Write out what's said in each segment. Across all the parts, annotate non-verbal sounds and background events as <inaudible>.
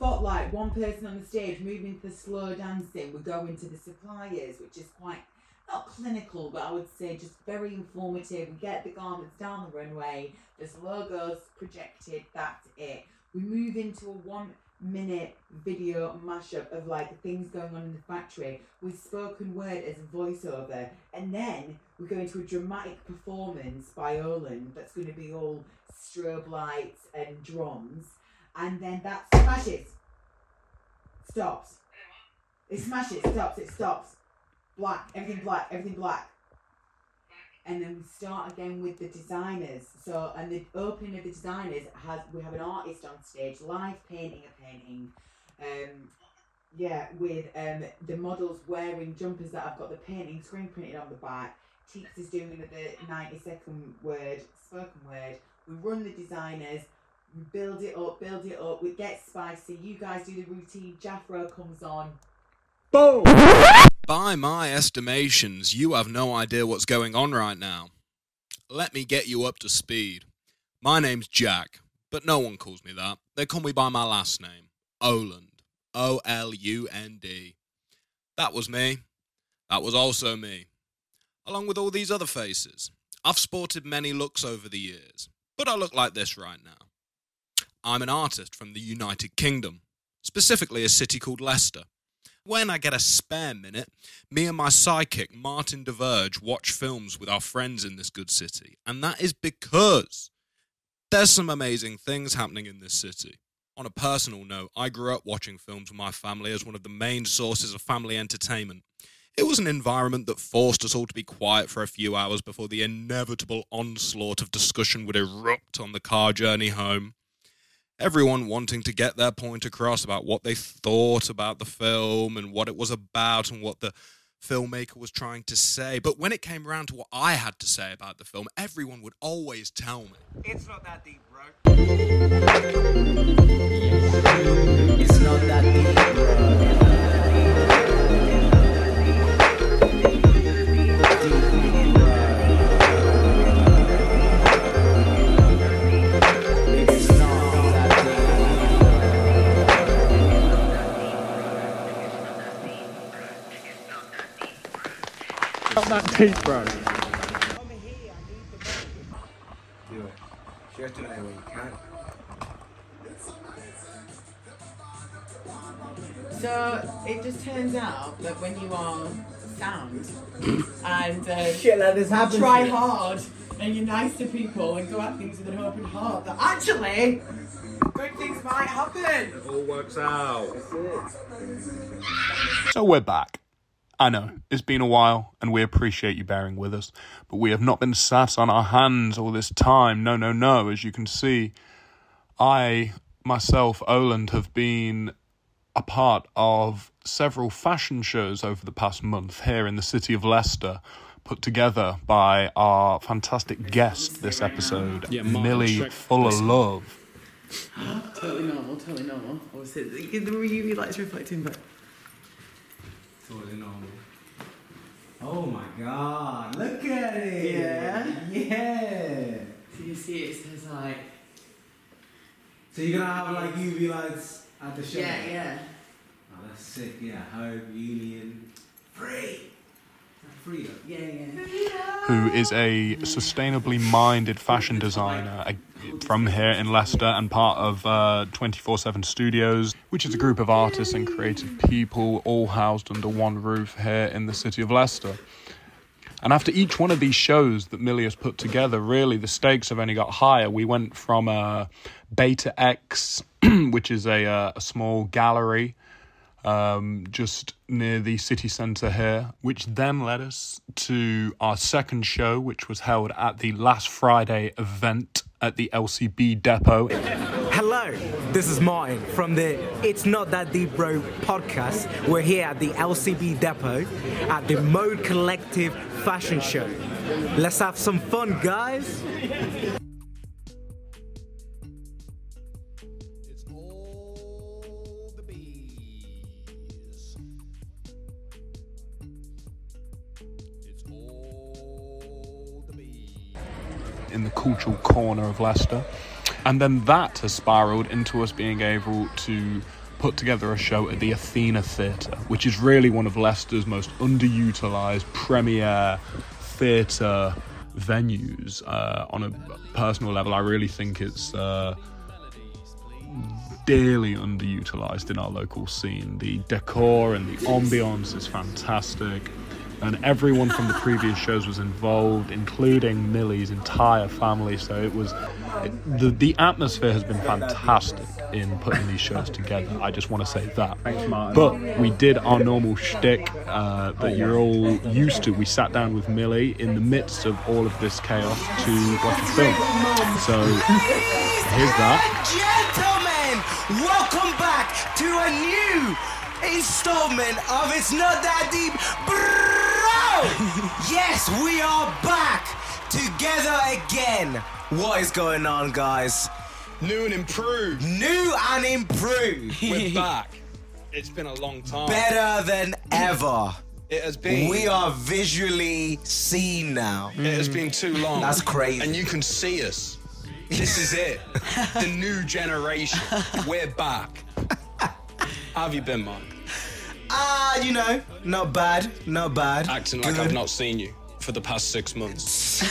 like one person on the stage moving to the slow dancing. We're going to the suppliers, which is quite not clinical, but I would say just very informative. We get the garments down the runway, there's logos projected, that's it. We move into a one minute video mashup of like things going on in the factory with spoken word as voiceover, and then we go into a dramatic performance by Olin that's going to be all strobe lights and drums, and then that smashes, stops. It smashes, stops, it stops black, everything black, everything black. And then we start again with the designers. So, and the opening of the designers has we have an artist on stage live painting a painting. Um, yeah, with um, the models wearing jumpers that have got the painting screen printed on the back. Teeks is doing the 90 second word, spoken word. We run the designers, we build it up, build it up, we get spicy. You guys do the routine, Jaffro comes on, Boom! By my estimations, you have no idea what's going on right now. Let me get you up to speed. My name's Jack, but no one calls me that. They call me by my last name, Oland. O L U N D. That was me. That was also me. Along with all these other faces. I've sported many looks over the years, but I look like this right now. I'm an artist from the United Kingdom, specifically a city called Leicester. When I get a spare minute, me and my psychic, Martin DeVerge, watch films with our friends in this good city. And that is because there's some amazing things happening in this city. On a personal note, I grew up watching films with my family as one of the main sources of family entertainment. It was an environment that forced us all to be quiet for a few hours before the inevitable onslaught of discussion would erupt on the car journey home everyone wanting to get their point across about what they thought about the film and what it was about and what the filmmaker was trying to say. But when it came around to what I had to say about the film, everyone would always tell me. It's not that deep, bro. It's not that deep, It's not Not that deep, bro. Do it. Just do it when you can. So it just turns out that when you are <coughs> sound and uh, Shit, like this happens. try hard and you're nice to people and go at things with an open heart, that actually good things might happen. It all works out. So we're back. I know, it's been a while, and we appreciate you bearing with us, but we have not been sat on our hands all this time. No, no, no. As you can see, I, myself, Oland, have been a part of several fashion shows over the past month here in the city of Leicester, put together by our fantastic guest this episode, Millie Fuller Love. Totally normal, totally normal. Obviously, the, the UV light's reflecting, but Totally normal. Oh my god, look at it! Yeah. Yeah! so you see it says like, So you're gonna have like UV lights at the show? yeah, yeah. Oh, that's sick, yeah. Home, union, free! Free, Yeah, yeah. who is a sustainably minded fashion designer uh, from here in Leicester and part of 24 7 Studios, which is a group of artists and creative people all housed under one roof here in the city of Leicester. And after each one of these shows that Millie has put together, really the stakes have only got higher. We went from uh, Beta X, <clears throat> which is a, uh, a small gallery um, just near the city centre here, which then led us to our second show, which was held at the last Friday event at the LCB depot. Hello, this is Martin from the It's Not That Deep Bro podcast. We're here at the LCB Depot at the Mode Collective Fashion Show. Let's have some fun, guys. It's all the bees. It's all the bees. in the cultural corner of Leicester. And then that has spiraled into us being able to put together a show at the Athena Theatre, which is really one of Leicester's most underutilized premier theatre venues. Uh, on a personal level, I really think it's. Uh, dearly underutilized in our local scene. The decor and the ambiance is fantastic, and everyone from the previous shows was involved, including Millie's entire family. So it was it, the the atmosphere has been fantastic in putting these shows together. I just want to say that. But we did our normal shtick uh, that you're all used to. We sat down with Millie in the midst of all of this chaos to watch a film. So here's that. Gentlemen, welcome back to a new installment of It's Not That Deep, <laughs> bro. yes, we are back together again. What is going on, guys? New and improved. New and improved, <laughs> <laughs> We're back. It's been a long time. better than ever. It has Mm. been. We are visually seen now. It has been too long. That's crazy. And you can see us. This is <laughs> it. the new <laughs> generation. We're back. How have you been, Mark? Ah, you know, not bad, not bad. Acting like I've not seen you for the past six months.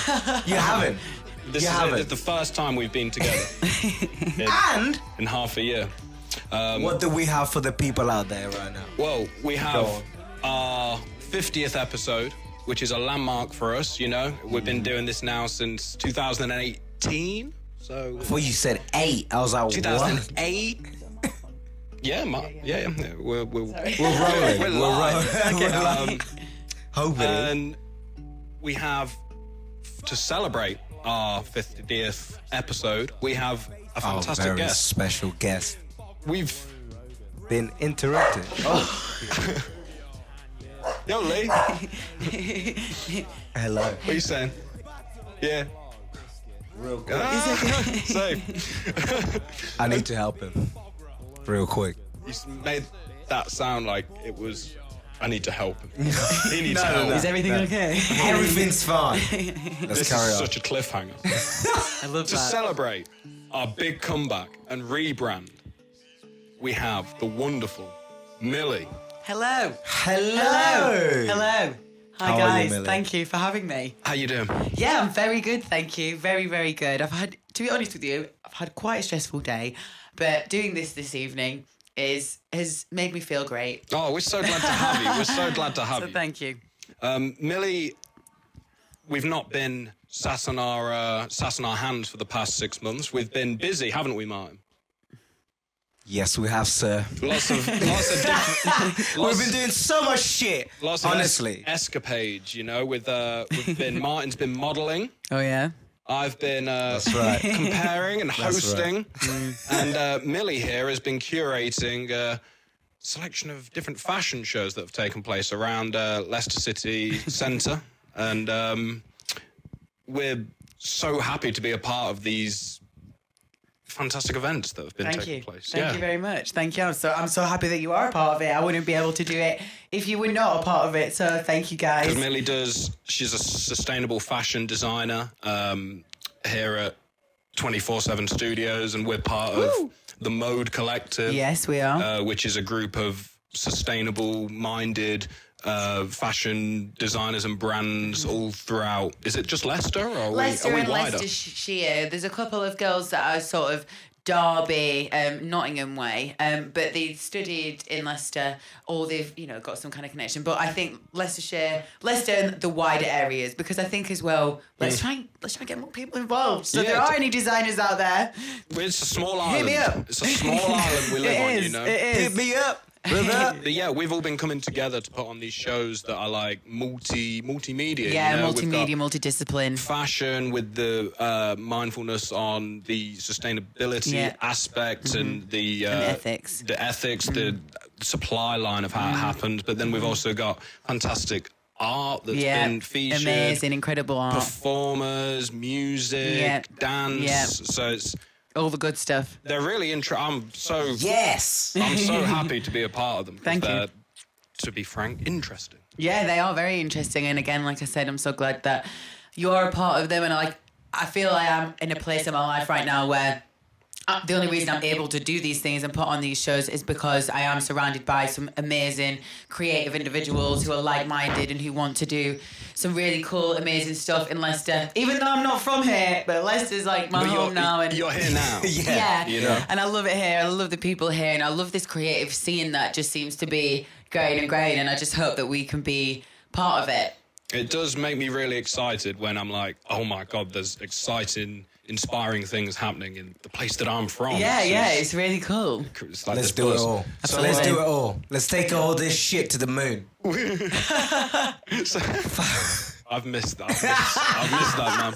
You <laughs> haven't. This You is haven't. It. It's the first time we've been together <laughs> And in half a year. Um, what do we have for the people out there right now? Well, we have our 50th episode, which is a landmark for us, you know. We've been doing this now since 2018. So Well, you said eight. I was like, what? 2008. <laughs> Yeah, ma- yeah, yeah. We're, we're, we're rolling. We're, <laughs> We're live. rolling. <laughs> Okay, um, Hoping. and we have to celebrate our 50th episode. We have a Our fantastic Oh, very guest. special guest. We've Been interrupted. yo Lee. Hello. What are you saying? Yeah. Real quick. Ah, <laughs> safe. <laughs> I need to help him. Real quick. You s- made that sound like it was. I need to <laughs> help. him. he needs help. no. Is everything okay? Everything's fine. Let's This carry is on. such a cliffhanger. <laughs> I love to that. celebrate our big comeback and rebrand, we have the wonderful Millie. Hello. Hello. Hello. Hi How are you, guys. Millie? Thank you for having me. How you doing? Yeah, I'm very good, thank you. Very, very good. I've had to be honest with you, I've had quite a stressful day, but doing this this evening is has made me feel great. Oh, we're so glad to have you. We're so glad to have <laughs> So you. thank you. Um, Millie, we've not been sat on our uh, sat on our hands for the past six months. We've been busy, haven't we, Martin? Yes, we have, sir. Lots of lots of <laughs> different. We've lots- been doing so much shit. Lots of honestly. es- escapades, you know. With uh, <laughs> we've been Martin's been modelling. Oh yeah. I've been uh, That's right. <laughs> comparing and That's hosting, Mm. and uh, Millie here has been curating uh, a selection of different fashion shows that have taken place around uh, Leicester City Centre, <laughs> and um, we're so happy to be a part of these fantastic events that have been Thank taking you. place. Thank yeah. you very much. Thank you. I'm so I'm so happy that you are a part of it. I wouldn't be able to do it if you were not a part of it. So thank you guys. Because Millie does. She's a sustainable fashion designer um, here at 24 7 Studios, and we're part of the Mode Collective, Yes, we are. uh, which is a group of sustainable minded uh, fashion designers and brands all throughout. Is it just Leicester? Or are Leicester we, are we and wider? Leicestershire. There's a couple of girls that are sort of Derby, um, Nottingham way, um, but they studied in Leicester, or they've you know got some kind of connection. But I think Leicestershire, Leicester, and the wider areas, because I think as well, let's try and let's try and get more people involved. So Yeah, there are t- any designers out there. It's a small Hit island. me up. It's <laughs> a small island we live It on, is, you know? It is. Hit me up. brother. But yeah, we've all been coming together to put on these shows that are like multi multimedia. yeah, you know? We've got- multimedia, multidiscipline. fashion with the uh, mindfulness on the sustainability Yeah. aspect and the, uh, the ethics. Mm-hmm. the ethics, the supply line of how it happens. But then we've also got fantastic art that's yeah, been featured, amazing, incredible art, performers, music, Yeah. dance. Yeah. So it's all the good stuff. they're really intro. I'm so Yes. <laughs> I'm so happy to be a part of them. 'cause Thank you. they're, To be frank, interesting. Yeah, they are very interesting. And again, like I said, I'm so glad that you're a part of them. And like, I feel I am in a place in my life right now where uh, the only reason I'm able to do these things and put on these shows is because I am surrounded by some amazing, creative individuals who are like minded and who want to do some really cool, amazing stuff in Leicester. Even though I'm not from here, but Leicester's like my Oh, But home you're, now. And you're here <laughs> now. <laughs> yeah. You know. And I love it here. I love the people here. And I love this creative scene that just seems to be growing and growing. And I just hope that we can be part of it. It does make me really excited when I'm like, oh my god, there's exciting, inspiring things happening in the place that I'm from. Yeah, It's yeah. just- It's really cool. it's like Let's this do it buzz. all. So let's Absolutely. do it all. Let's take all this shit to the moon. I've missed <laughs> that. I've missed, I've missed that, man.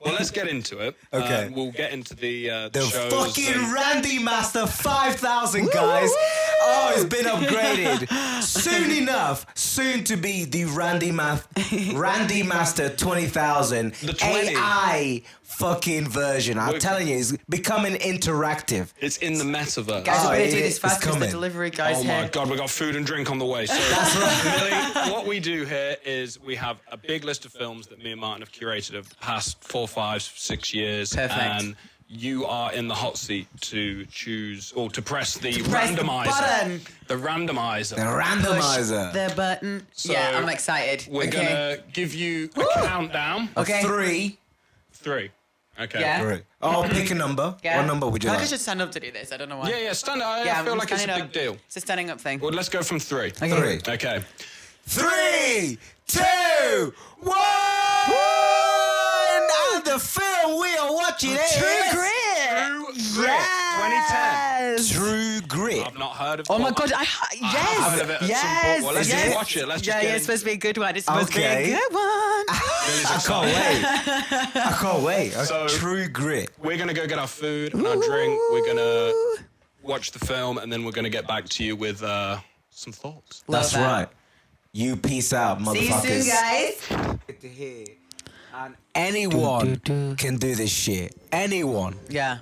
Well, let's get into it. Okay. Uh, we'll get into the uh, The shows fucking and- Randy Master 5000, guys. Oh, it's been upgraded. soon enough, soon to be the Randy Math Randy Master 20,000 The 20. AI fucking version. I'm telling you, it's becoming interactive. It's in the metaverse. Guys, Oh, we better it- do it's this fast because the coming. delivery guys Oh here. my god, we got food and drink on the <laughs> way. So Millie, what we do here is we have a big list of films that me and Martin have curated over the past four, five, six years. Perfect. And you are in the hot seat to choose or to press the press the randomizer. button. The, randomizer. The randomizer. The button. So, yeah, I'm excited. We're okay. gonna give you a countdown. okay. Three. Three. Okay. Yeah. Three. Oh, pick a number. Yeah. What number would you I like? could just stand up to do this. I don't know why. Yeah, yeah, stand I Yeah, feel I'm like it's a standing big up. deal. It's a standing up thing. Well, let's go from three. Three. Okay. Three, two, one. And the film we are watching is True Grit 2010. True Grit. I've not heard of Oh my well, god! I ha- I'll have it at yes, some point. yes, Well, let's yes. just watch it. Let's just yeah, get yeah, in. it's supposed to be a good one. Ah, It's supposed to Okay. be a good one. I can't wait. I can't wait. So- True Grit. We're gonna go get our food and our drink. We're gonna watch the film, and then we're gonna get back to you with uh, some thoughts. Love That's that. right. You peace out, See you motherfuckers. soon, guys. to hear. And Anyone Do, do, do. can do this shit. Anyone. Yeah.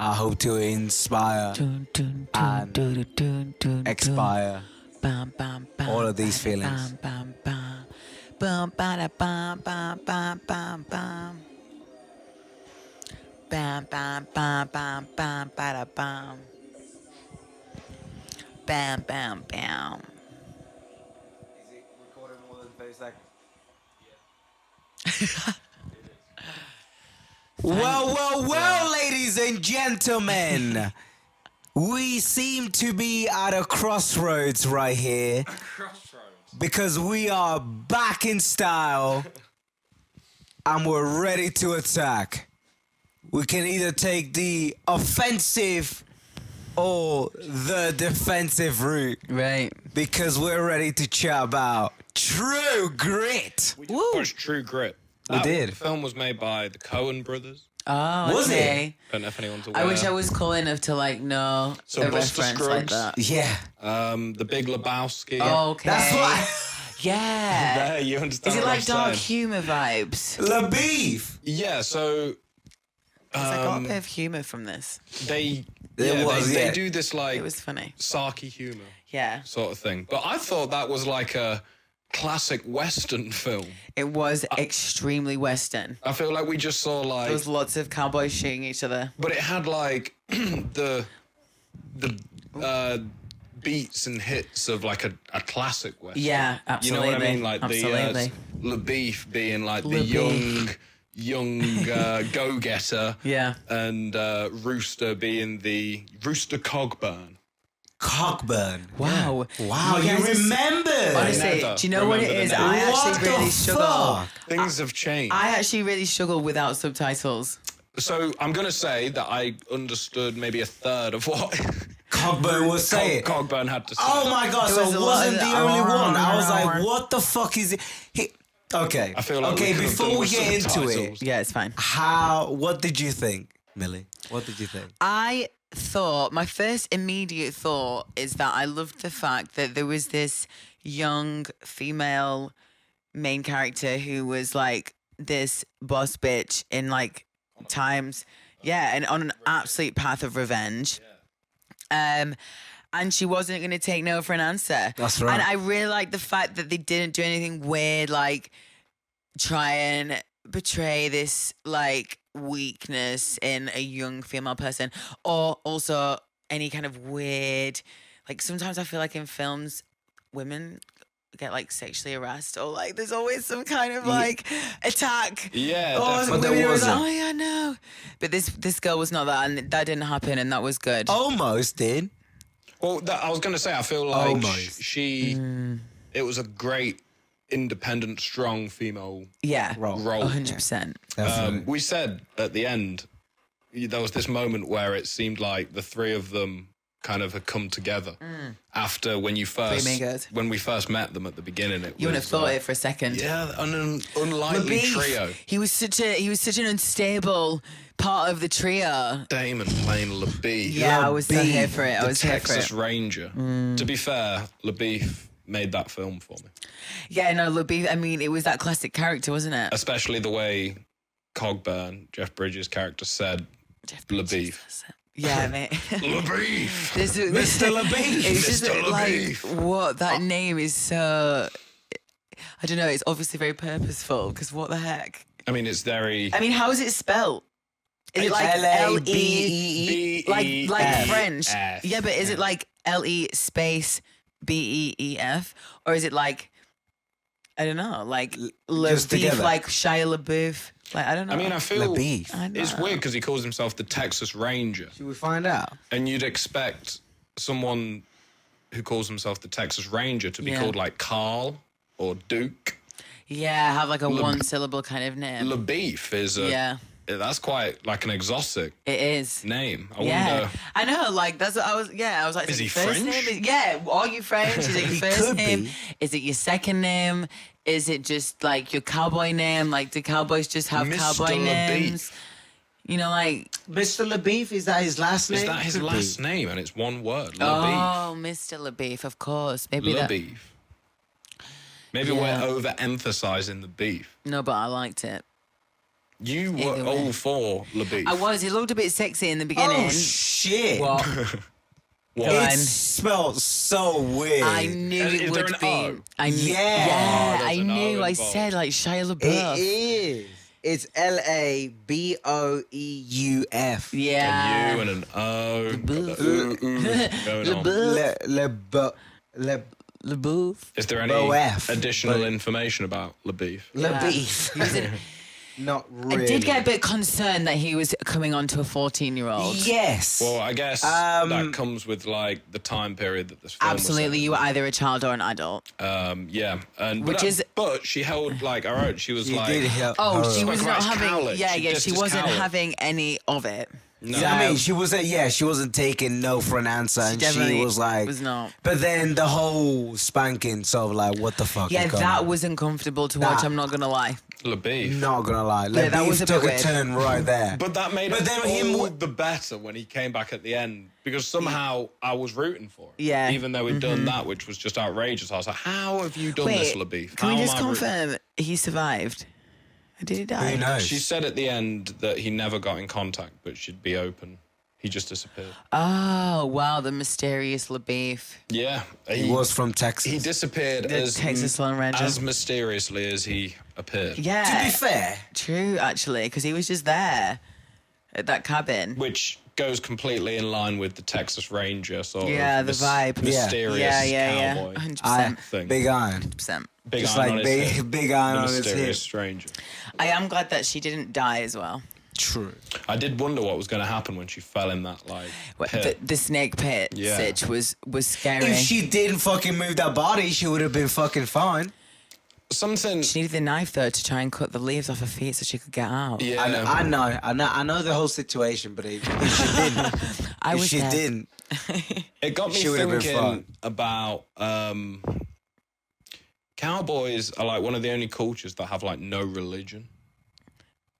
I hope to inspire And expire. all of these feelings. Bam, bam, bam. Well, well, well, ladies and gentlemen. we seem to be at a crossroads right here. Because we are back in style and we're ready to attack. We can either take the offensive or the defensive route Right. because we're ready to chat about true grit. We just watched True Grit. We That- did. The film was made by the Cohen brothers. Oh, Was it? okay. I don't know if anyone's aware. I wish I was cool enough to like know So the Buster reference like Scruggs. that. Yeah. Um, the Big Lebowski. Oh, Okay. That's why. <laughs> Yeah. There, you understand. Is it what like I'm dark saying. humor vibes? La beef. Yeah. So I got a bit of humor from this. they. There yeah, was, they, they yeah. do this like It was funny. sarky humor Yeah. sort of thing, but I thought that was like a classic Western film. It was extremely Western. I feel like we just saw like There was lots of cowboys shooting each other. but it had like <clears throat> the the uh, beats and hits of like a, a classic western. Yeah, You know what I absolutely, mean? Like absolutely. the uh, LaBeef being like the LaBeef. young young <laughs> uh, go getter. Yeah. And uh, Rooster being the Rooster Cogburn. Cockburn. Wow. Wow, you guys- remember? Honestly, Never do you know what it remember the is? name. I what actually the really struggle. fuck? Things have changed. I actually really struggle without subtitles. so I'm gonna say that I understood maybe a third of what Cockburn was saying. Cog- Cogburn had to say. oh my god! There So was a it lot wasn't of the the- only one. I was like, what the fuck is it? He, okay. I feel like okay. we could've done before we with get into subtitles. it, Yeah, it's fine. how? What did you think, Millie? What did you think? I thought my first immediate thought is that I loved the fact that there was this young female main character who was like this boss bitch in like times yeah and on an absolute path of revenge um and she wasn't going to take no for an answer That's right. and i really liked the fact that they didn't do anything weird like try and portray this like weakness in a young female person or also any kind of weird like sometimes I feel like in films women get like sexually harassed or like there's always some kind of like attack Yeah, oh, definitely. But there women are like, wasn't. oh yeah no but this this girl was not that and that didn't happen and that was good Oh. Almost did. Well, that, I was going to say, I Oh, feel like sh- Almost. she, Mm. it was a great, independent, strong female yeah role. 100% Um, we said at the end, y- there was this moment where it seemed like the three of them kind of had come together Mm. after when you first amigos. when we first met them at the beginning. It was, you wouldn't have thought uh, it for a second Yeah, an un- unlikely Mabif, trio. He was such a he was such an unstable part of the trio. Damon playing LaBeef. Yeah, I was so Labif, here for it. I the was Mm. here Texas for it. Ranger. To be fair, LaBeef made that film for me, Yeah, no, Labif. I mean, it was that classic character, wasn't it? especially the way Cogburn, Jeff Bridges' character, said Jeff LaBeef. Yeah, <laughs> mate. LaBeef. this, this, Mr. Labif. <laughs> It's just Mr. like Labif. what that Oh. name is so. I don't know. It's obviously very purposeful because what the heck? I mean, it's very. I mean, how is it spelled? Is it like L E L-A-B-E-E. like like B-E-F. French? F. Yeah, but is it like L E space B E E F or is it like I don't know, like just LaBeouf, together. like Shia LaBeouf? Like I don't know. I mean, I feel LaBeef. I don't it's know. weird because he calls himself the Texas Ranger, Should we find out? and you'd expect someone who calls himself the Texas Ranger to be Yeah. called like Carl or Duke. Yeah, have like a one syllable kind of name. LaBeef is a yeah, that's quite like an exotic it is. name. I Yeah, wonder. I know. Like that's what I was. Yeah, I was like, Is your he first French? Name? Is, yeah, are you French? Is it your He first could name? be. Is it your second name? Is it just like your cowboy name? Like do cowboys just have Mr. cowboy LaBeef. names? You know, like Mr. LaBeef, is that his last Is that his last name? And it's one word. LaBeef. oh, Mr. LaBeef, of course. Maybe that. LaBeef. Maybe Yeah. we're overemphasizing the beef. No, but I liked it. You were Either way. all for LaBeef. I was. He looked a bit sexy in the beginning. Oh, shit. <laughs> What? What? Go on. It smelled so weird. I knew Is- it is there would an be. O? I knew. Yeah. Yeah, Oh, I there's an O knew. I involved. said like Shia LaBeouf. It is. It's L A B O E U F. And you Yeah. and an O. LaBeouf. Ooh, ooh, mm, <laughs> going on. LaBeouf. Le, le, bo, le, LaBeouf. Is there any Boef. additional information about LaBeef? LaBeef. <laughs> He was in- Not really. I did get a bit concerned that he was coming on to a 14 year old. Yes. Well, I guess Um, that comes with like the time period that this film was Absolutely, set you were either a child or an adult. in. Um, yeah, and Which but, is- but she held like her own. She was you like, did help. Oh, her. she was Spoke about not his having. cowlick. Yeah, She yeah, dissed she his wasn't cowlick. having any of it. no, I mean, she wasn't. Yeah, she wasn't taking no for an answer, and she definitely was like, was not. But then the whole spanking, so like, what the fuck? Yeah, is going that on? was uncomfortable to watch. That- I'm not gonna lie. LaBeef. Not gonna lie, Yeah, like, that was a bit took a weird. turn right there. But that made But it then all him w- the better when he came back at the end because somehow I was rooting for him. Yeah. Even though he'd Mm-hmm. done that, which was just outrageous. I was like, how have you done this, LaBeef? can How we am just I rooting- confirm he survived? Or Did he die? Who knows? She said at the end that he never got in contact, but she'd be open. He just disappeared. Oh wow, the mysterious LaBeef. Yeah. he was from Texas. He disappeared The as, Texas Lone Ranger. as mysteriously as he appeared. to be Yeah, fair, true actually, because he was just there at that cabin. Which goes completely in line with the Texas Ranger sort Yeah, of the vibe. mysterious Yeah, yeah, cowboy. yeah, hundred I, percent. thing. big iron, percent. Big just iron on like his big, head. <laughs> big iron The on his mysterious hip. stranger. I am glad that she didn't die as well. True. I did wonder what was going to happen when she fell in that like What- The, pit. the snake pit Yeah. sitch was was scary. If she didn't fucking move that body, she would have been fucking fine. Something. She needed the knife though to try and cut the leaves off her feet so she could get out. yeah, I know, I know, I know, I know the whole situation, but if, if she didn't, <laughs> <laughs> I if was she there. didn't, it got me She would've been thinking fine. about um, cowboys are like one of the only cultures that have like no religion.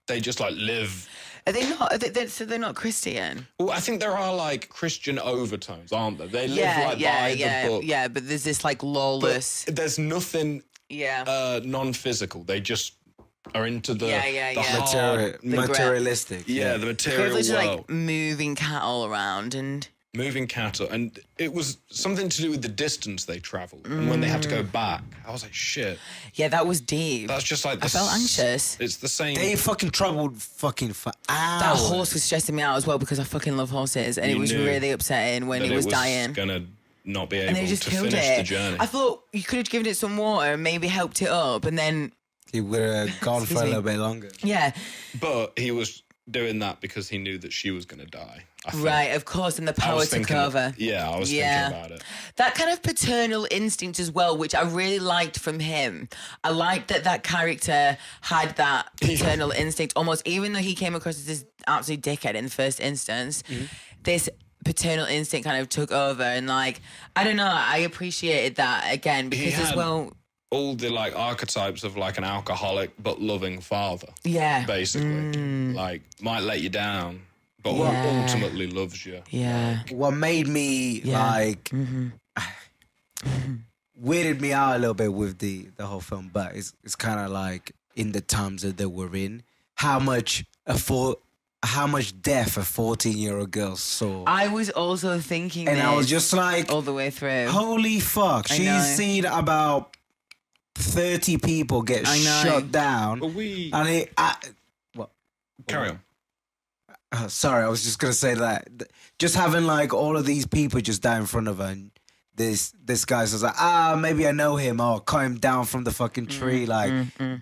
They just like live. <laughs> Are they not? Are they, they're, so they're not Christian. Well, I think there are like Christian overtones, aren't there? They live like by yeah, the book. yeah. But there's this like lawless. There's nothing yeah. uh, non-physical. They just are into the Yeah, yeah, the yeah. hard- material, Oh, gra- materialistic. yeah, the material Privilege world. like moving cattle around and moving cattle, and it was something to do with the distance they travelled and when they had to Mm. go back. I was like, shit, Yeah, that was deep. that's just like. The I felt s- anxious. It's the same. They fucking traveled fucking for hours. that horse was stressing me out as well because I fucking love horses, and You it was knew really upsetting when that it was, dying. Gonna not be able and they just to killed finish it. the journey. I thought you could have given it some water and maybe helped it up, and then He would have gone for Excuse a me. little bit longer. yeah, but he was doing that because he knew that she was gonna die. I think. right, of course, and the I power was took thinking. over. Yeah, I was Yeah. thinking about it. That kind of paternal instinct as well, which I really liked from him. I liked that that character had <clears throat> that paternal instinct almost, even though he came across as this absolute dickhead in the first instance. Mm-hmm. This paternal instinct kind of took over, and like I don't know, I appreciated that again because as had- well, All the like archetypes of like an alcoholic but loving father, <laughs> yeah, basically. Like might let you down, but ul- Yeah. ultimately loves you. yeah, What made me Yeah. Mm-hmm. like <sighs> weirded me out a little bit with the the whole film, but it's it's kind of like in the times that they were in, how much a four, how much death a fourteen year old girl saw, I was also thinking, and I was this just like, all the way through. holy fuck, I she's know. seen about thirty people get I know. shot down, But we and it. I, carry on. Uh, sorry, I was just gonna say that. Th- Just having like all of these people just die in front of her. And this this guy's just like, ah, maybe I know him. Oh, cut him down from the fucking tree. like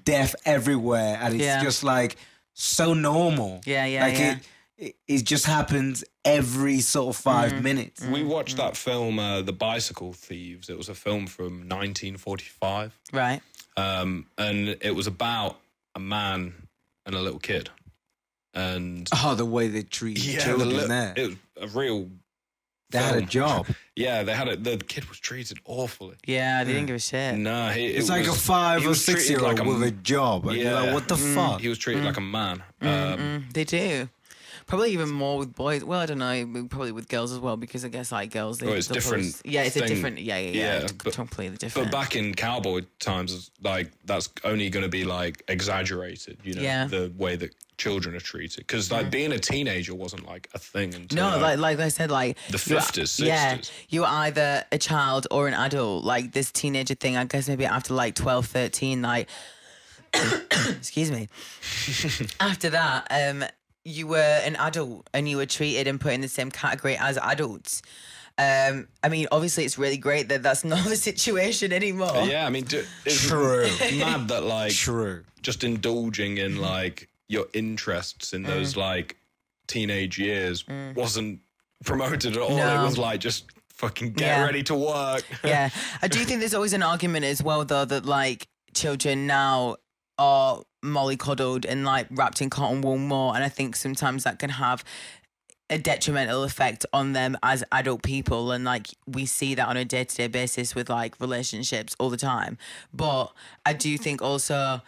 death everywhere, and it's Mm, Yeah. just like so normal. Yeah, yeah, Like yeah. Mm, It, it, it just happens every sort of 5 minutes. We watched that film, uh, The Bicycle Thieves. It was a film from 1945. right, um, and it was about a man and a little kid, <laughs> and Oh, the way they treat the children li- there. it was a real. they had a film. job. Yeah, they had it. The kid was treated awfully. yeah, I didn't give a shit. No, he, it It's like a was- five he or was treated six year old like a with a m- job. And you're like, Yeah. what the fuck? He was treated like a man. Um, Mm, they do. Probably even more with boys. Well, I don't know. Probably with girls as well, because I guess like girls, they, Well, Oh, it's they'll probably- different yeah, it's a thing. different. Yeah, yeah, yeah. Yeah, it's but- completely But different. back in cowboy times, like that's only going to be like exaggerated. You know, Yeah. the way that children are treated because like being a teenager wasn't like a thing until no, uh, like like I said, like the you are- 50s, Yeah, 60s. you're either a child or an adult. Like this teenager thing, I guess maybe after like 12, 13, like <coughs> excuse me. after that, um, you were an adult and you were treated and put in the same category as adults. Um, I mean, obviously, it's really great that that's not the situation anymore. yeah. I mean, do, it's True. mad that like True. just indulging in Mm-hmm. like your interests in Mm. those like teenage years wasn't promoted at all. No. It was like just fucking get Yeah. ready to work. <laughs> yeah. I do think there's always an argument as well, though, that like children now are mollycoddled and like wrapped in cotton wool more. And I think sometimes that can have a detrimental effect on them as adult people. And like we see that on a day to day basis with like relationships all the time. But I do think also,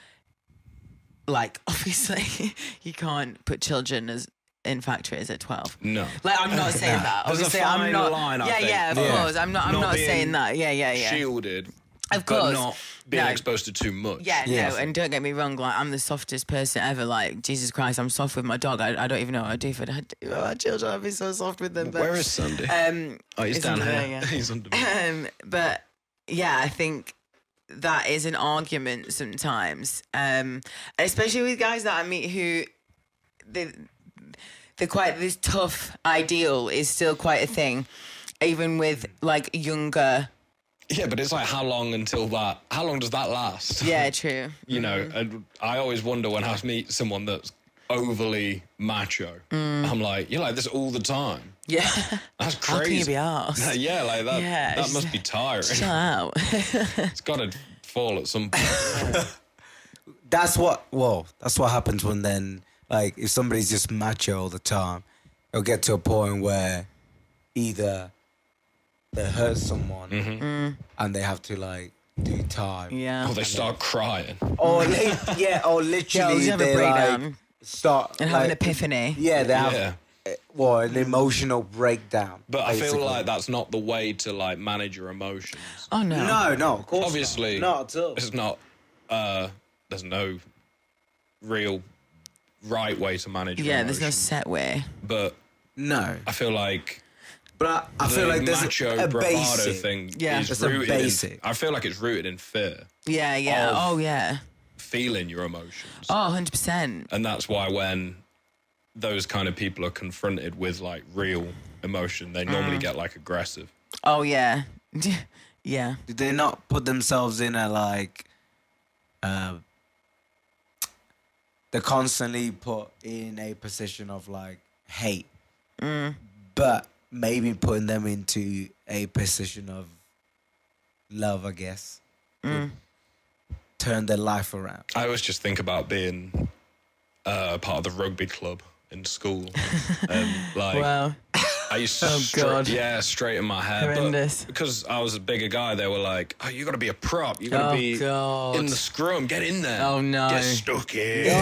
like, <laughs> obviously, you can't put children as in factories at 12. No. Like I'm not saying that. There's a Obviously, fine I'm not. line, I yeah, think. yeah, of Yeah. course. I'm not. I'm Not not, being saying that. Yeah, yeah, yeah. Shielded. But Of course. not being No. exposed to too much. yeah, Yes. no, and don't get me wrong. Like, I'm the softest person ever. Like, Jesus Christ, I'm soft with my dog. I, I don't even know what I do for that. <laughs> Oh, children, I'd be so soft with them. But, Where is Sandy? um, oh, he's it's down under here. <laughs> there, <laughs> yeah. he's under me. um, but yeah, I think that is an argument sometimes, um, especially with guys that I meet who they they're quite this tough ideal is still quite a thing, even with like <laughs> younger. Yeah, but it's like how long until that? How long does that last? Yeah, true. you know, Mm-hmm. and I always wonder when I meet someone that's overly macho. I'm like, you're like this all the time. Yeah, That's how can you crazy. be arsed? <laughs> yeah, like that. Yeah, that it's- must be tiring. <laughs> Chill out. <laughs> It's got to fall at some point. that's what well that's what happens when then like if somebody's just macho all the time it'll get to a point where either they hurt someone Mm. and they have to like do time <laughs> yeah. Or they start crying. or li- yeah or literally you have a they like breakdown. start And have like, an epiphany. yeah they have Yeah. eh, well an emotional breakdown But I basically. feel like that's not the way to like manage your emotions. Oh no. no no of course Obviously, not, not at all it's not. Uh, there's no real right way to manage. your Yeah, there's no emotions. set way. But no I feel like But I, I The feel like there's macho a, a bravado basic. thing. Yeah. is It's a rooted in- basic. I feel like it's rooted in fear, Yeah, yeah. Of- Oh, yeah. feeling your emotions, Oh, 100%. and that's why when those kind of people are confronted with like real emotion, they normally get like aggressive. Oh, yeah. <laughs> yeah. Did they not put themselves in a like? Uh, they're constantly put in a position of like hate, but maybe putting them into a position of love, I guess. would Turn their life around. I always just think about being uh, part of the rugby club in school, and like Wow. I used to, Oh, stra- God. yeah, straighten my hair. Horrendous. But because I was a bigger guy, they were like, "Oh, you got to be a prop. You got to Oh, be God. in the scrum. Get in there. Oh, no. get stuck in." <laughs>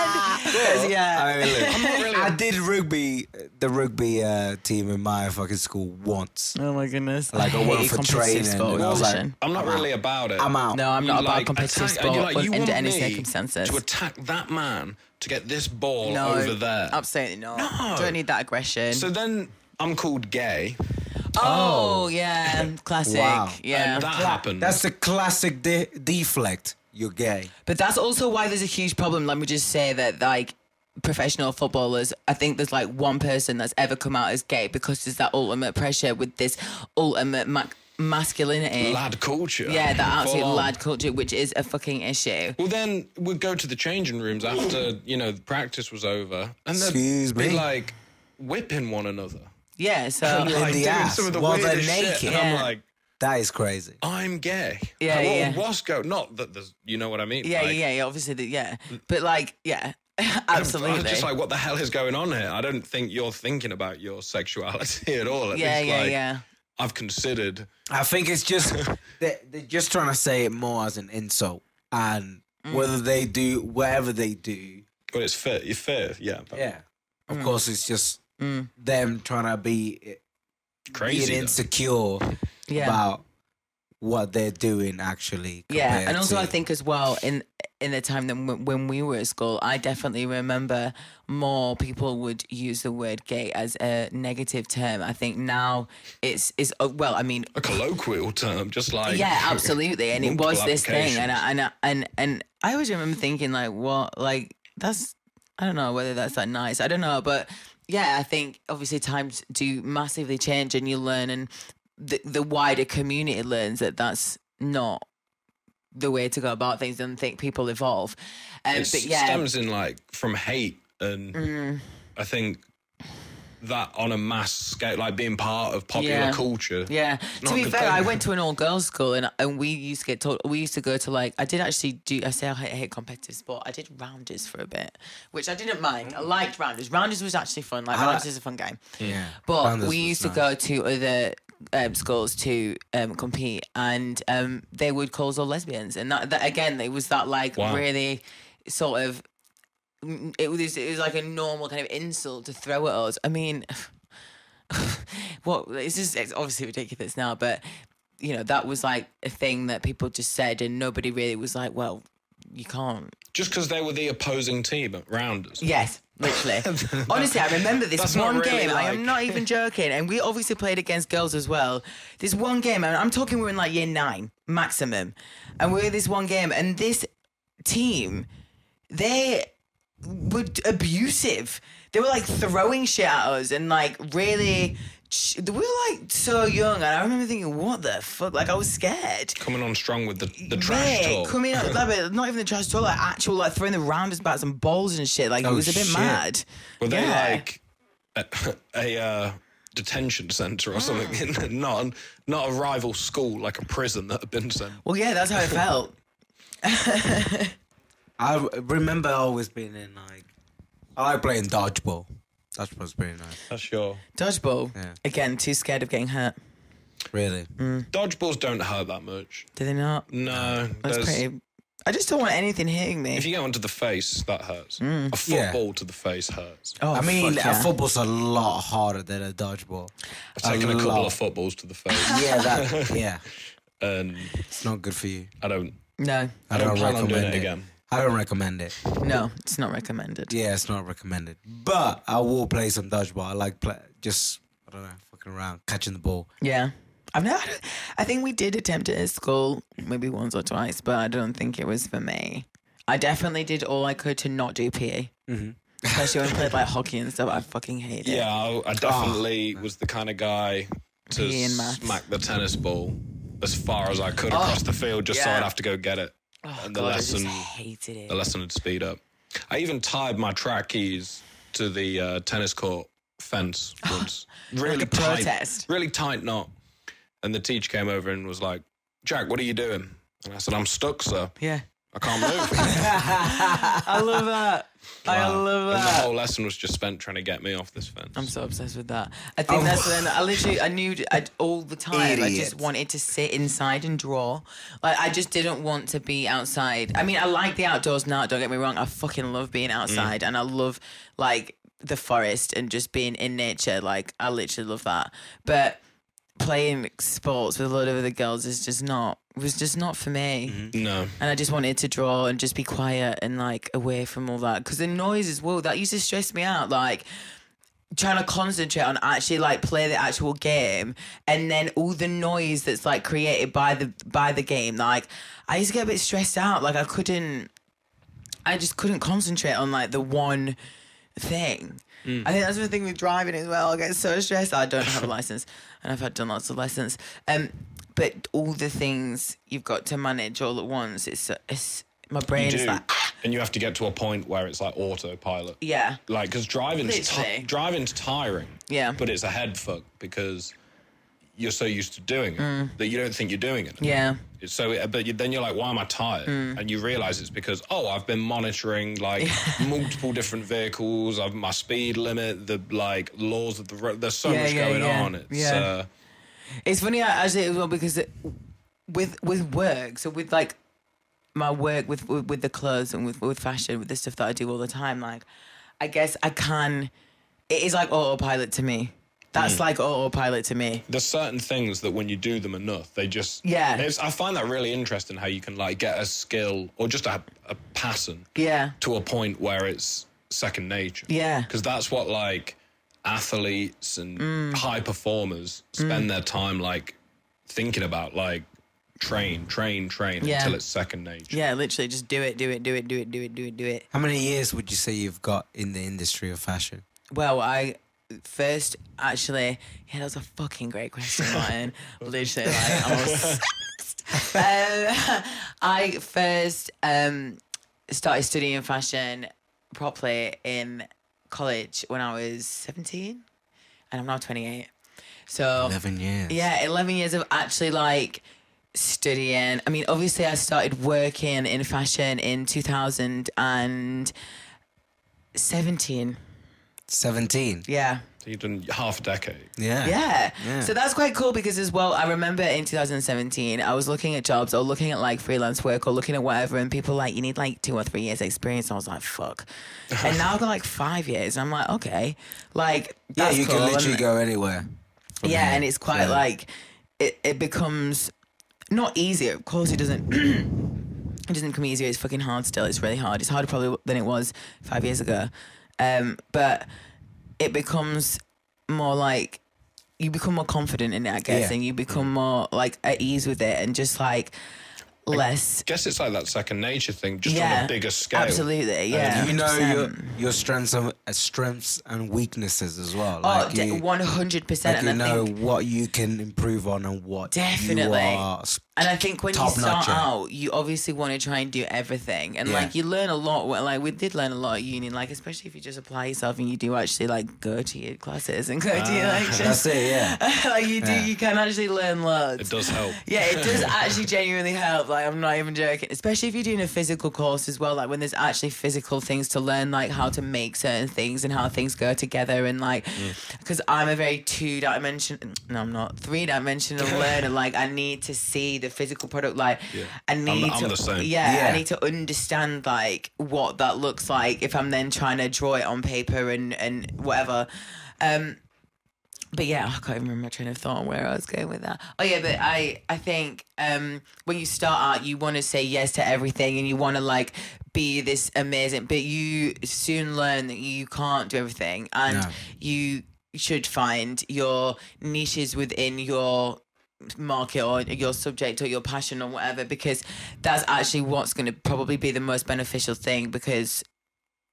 I, mean, look, I did rugby, the rugby uh, team in my fucking school once. Oh, my goodness. Like, I hate went for competitive training, sport and I was like, competition. I'm not really about it. I'm out. No, I'm You, not about like, competitive attack- and sport you're like, "You under want any me circumstances. To attack that man to get this ball no, over there. Absolutely not. No. Don't need that aggression. So then I'm called gay, oh, yeah. <laughs> Classic. Wow. Yeah. and that happens. That's the classic de- deflect. You're gay. But that's also why there's a huge problem. Let me just say that, like, professional footballers, I think there's like one person that's ever come out as gay because there's that ultimate pressure with this ultimate ma- masculinity. lad culture. Yeah, that Full absolute on. lad culture, which is a fucking issue. Well, then we'd go to the changing rooms after you know the practice was over, and they'd Excuse be me? like whipping one another. <laughs> Yeah, so In like the doing ass, some of the while they're weirdest shit, naked. and I'm Yeah. like, That is crazy. I'm gay. Yeah, Like, what yeah. What's go? Not that there's, you know what I mean. yeah, like, yeah, yeah, obviously, the, yeah, but like, yeah, <laughs> I was absolutely. just like, what the hell is going on here? I don't think you're thinking about your sexuality <laughs> at all. At yeah, least, yeah, like, yeah. I've considered. I think <laughs> it's just they're, they're just trying to say it more as an insult, and Mm. whether they do whatever they do, Well, it's fair. You're fair. Yeah. but yeah, of Mm. course it's just them trying to be Crazy. being though. insecure Yeah. about what they're doing actually. Yeah, compared and also to- I think as well in in the time that w- when we were at school, I definitely remember more people would use the word gay as a negative term. I think now it's is well, I mean, A colloquial term, just like <laughs> yeah, absolutely, and it was multiple this thing, and applications. I, and I, and and I always remember thinking like, what, like that's I don't know whether that's that nice. I don't know, but yeah, I think obviously times do massively change, and you learn, and the the wider community learns that that's not the way to go about things, and think people evolve. Um, It but yeah, Mm. stems in like from hate, and I think that on a mass scale, like being part of popular Yeah. culture. Yeah. not to be a good fair, I thing. went to an all girls school and and we used to get taught we used to go to like I did actually do I say I hate, hate competitive sport. I did rounders for a bit, which I didn't mind. I liked rounders. Rounders was actually fun. Like rounders is a fun game. yeah, But Rounders we was used nice. to go to other um, schools to um, compete, and um, they would call us all lesbians, and that, that again, it was that like Wow. really sort of mm, it was it was like a normal kind of insult to throw at us. I mean, <laughs> what it's just it's obviously ridiculous now, but you know that was like a thing that people just said, and nobody really was like, well, you can't. Just because they were the opposing team at rounders. Yes, <laughs> literally. Honestly, I remember this That's not one really game. I am like- <laughs> not even joking. And we obviously played against girls as well. This one game, and I'm talking we we're in like year nine maximum, and we we're this one game, and this team, they were d- abusive. They were like throwing shit at us and like really. ch- We were like so young, and I remember thinking, "What the fuck?" Like I was scared. Coming on strong with the, the trash Mate, talk. Coming <laughs> up, like, but not even the trash talk, like actual, like throwing the rounders back some balls and shit. Like Oh, it was a bit shit. mad. Were they Yeah. like a, <laughs> a uh, detention center or Mm. <laughs> something? not an- not a rival school like a prison that had been sent. Well, yeah, that's how <laughs> it felt. I re- remember always being in like I like playing dodgeball. That was pretty nice. That's your Dodgeball. Yeah. Again, too scared of getting hurt. Really? Mm. dodgeballs don't hurt that much. Do they not? No, That's there's- pretty. I just don't want anything hitting me. If you get onto the face, that hurts. Mm. A Yeah. football to the face hurts. oh, I mean, fuck uh, yeah. football's a lot harder than a <laughs> dodgeball. I've taken a, couple lot. of footballs to the <laughs> face, Yeah, that. yeah, and it's not good for you. I don't. no. I don't don't plan on doing recommend it it. again. I don't recommend it. No, it's not recommended. Yeah, it's not recommended. But I will play some dodgeball. I like play, just I don't know, fucking around, catching the ball. Yeah. I've never. had it. I think we did attempt it at school, maybe once or twice, but I don't think it was for me. I definitely did all I could to not do PE, especially when <laughs> I played like hockey and stuff. I fucking hate it. Mm-hmm. Yeah, I, I definitely was the kind of guy to Pee and maths. smack the tennis ball as far as I could across the field just so yeah. I'd have to go get it. Oh, and the God, I lesson, just hated it. the lesson would speed up. I even tied my track keys to the uh, tennis court <laughs> fence once. really a tight, protest. really tight knot. And the teacher came over and was like, "Jack, what are you doing?" And I said, "I'm stuck, sir. Yeah. I can't <laughs> move." I love that. I love and the that. whole lesson was just spent trying to get me off this fence. I'm so obsessed with that. I think that's when I literally I knew i all the time. I just Idiot. wanted to sit inside and draw. Like I just didn't want to be outside. I mean, I like the outdoors now. Don't get me wrong. I fucking love being outside, and I love like the forest and just being in nature. Like I literally love that. But playing sports with a lot of other girls is just not was just not for me no, and I just wanted to draw and just be quiet and like away from all that because the noise as well that used to stress me out like trying to concentrate on actually like play the actual game and then all the noise that's like created by the by the game like I used to get a bit stressed out like I couldn't I just couldn't concentrate on like the one thing. I think that's the thing with driving as well. I get so stressed. I don't have a license, <laughs> and I've had done lots of lessons. Um, but all the things you've got to manage all at once. It's it's my brain's do, like and you have to get to a point where it's like autopilot. ah. yeah like because driving's Literally. ti driving's tiring. Yeah. but it's a head fuck because you're so used to doing it that you don't think you're doing it. Mm. yeah Mm. So, it- but you, then you're like, why am I tired? And you realize it's because oh, I've been monitoring like <laughs> multiple different vehicles, I've my speed limit, the like laws of the road. There's so Yeah, much yeah, going yeah. on. It's Yeah. uh, It's funny I say it as well because it, with with work, so with like my work with with, with the clothes and with with fashion, with the stuff that I do all the time, like I guess I can. It is like autopilot to me. That's like autopilot to me. there's certain things that when you do them enough, they just Yeah. It's, I find that really interesting how you can like get a skill or just a, a pattern Yeah. to a point where it's second nature. Yeah. Because that's what like athletes and Mm. high performers spend their time like thinking about, like train, train, train Yeah. until it's second nature. Yeah, literally, just do it, do it, do it, do it, do it, do it, do it. How many years would you say you've got in the industry of fashion? Well, I first actually, yeah, that was a fucking great question, Martin. Literally, like, I was <laughs> obsessed. um, <laughs> I first um, started studying fashion properly in college when I was 17, and I'm now 28. So, Eleven years. yeah, 11 years of actually like studying. I mean, obviously, I started working in fashion in 2017. Seventeen. Yeah. So you've done half a decade. Yeah. Yeah. Yeah. So that's quite cool because as well, I remember in 2017, I was looking at jobs or looking at like freelance work or looking at whatever, and people like you need like two or three years experience. I was <laughs> like, fuck. and now I've got like five years, and I'm like, okay, like Yeah, that's you cool, can literally and- go anywhere. yeah, and it's quite Yeah. like it, it becomes not easy. Of course, it doesn't. <clears throat> it doesn't come easier. It's fucking hard still. It's really hard. It's harder probably than it was five years ago. Um, but it becomes more like you become more confident in it, I guess, Yeah. and you become more like at ease with it, and just like less. Guess it's like that second nature thing, just on yeah, a bigger scale. Absolutely. Yeah. You know 100%. your your strengths and uh, strengths and weaknesses as well. Oh, Like you, one hundred percent. like And you I know think what you can improve on and what Definitely. You are s- And I think when you Top notch, start yeah. out, you obviously want to try and do everything, and Yeah. like you learn a lot. Well, like we did learn a lot at uni, like especially if you just apply yourself and you do actually like go to your classes and <laughs> go to your Ah, That's lectures. it. Yeah. <laughs> like you do, you can actually learn loads. It does help. <laughs> Yeah, it does actually genuinely help. Like, I'm not even joking. Especially if you're doing a physical course as well. Like, when there's actually physical things to learn, like how to make certain things and how things go together. And, like, Mm. because I'm a very two dimensional, no, I'm not three <laughs> dimensional learner. Like, I need to see the physical product. Like, I need I'm to, the same. Yeah, Yeah. I need to understand, like, what that looks like if I'm then trying to draw it on paper and, and whatever. Um, but yeah, I can't even remember my train of thought and where I was going with that. Oh yeah, but I I think um when you start out, you want to say yes to everything and you want to like be this amazing, but you soon learn that you can't do everything and No. you should find your niches within your market or your subject or your passion or whatever because that's actually what's going to probably be the most beneficial thing because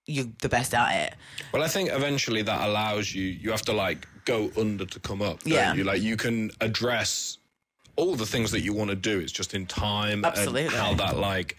you're the best at it. Well, I think eventually that allows you. You have to like go under to come up. don't Yeah. You like you can address all the things that you want to do. It's just in time Absolutely. and how that like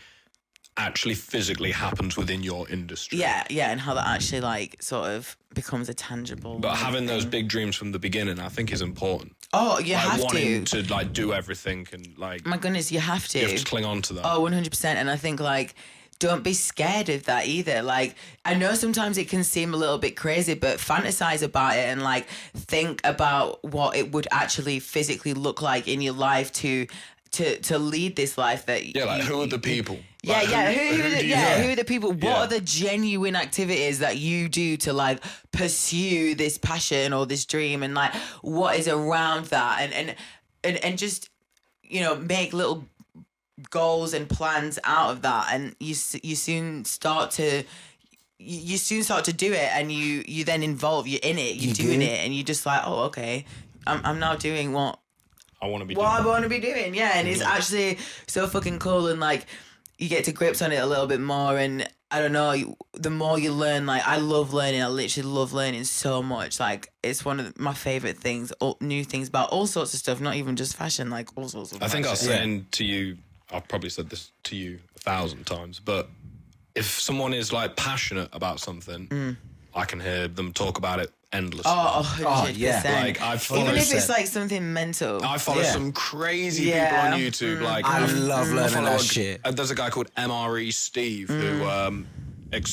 actually physically happens within your industry. Yeah, yeah, and how that actually like sort of becomes a tangible. But having those big dreams from the beginning, I think, is important. oh, you like have wanting to. to. like do everything and like My goodness, you have to. you have to cling on to that. Oh, 100%. And I think, like, don't be scared of that either. Like, I know sometimes it can seem a little bit crazy, but fantasize about it and, like, think about what it would actually physically look like in your life to. To, to lead this life that yeah, like you- who are the people? yeah, Like, yeah. Who, who, who the, do you yeah, know? who are the people? What Yeah. are the genuine activities that you do to like pursue this passion or this dream, and like what is around that, and and and and just you know make little goals and plans out of that, and you s- you soon start to. You you soon start to do it, and you you then involve. You're in it. You You're doing do. it, and you're just like, oh, okay. I'm I'm now doing what I want to be. what I doing. want to be doing. Yeah, and it's actually so fucking cool, and like you get to grips on it a little bit more. And I don't know, you- the more you learn, like I love learning. I literally love learning so much. Like it's one of my favorite things, all, new things about all sorts of stuff, not even just fashion, like all sorts of. I think I was fashion. saying to you, I've probably said this to you a thousand times, but if someone is like passionate about something, I can hear them talk about it endlessly. Mm. Oh, 100%. yeah. like I follow, even if it's 100%. like something mental. I follow Yeah. some crazy Yeah. Mm. people on YouTube. Like I love learning follow that a- shit. uh, there's a guy called MRE Steve who Mm. um,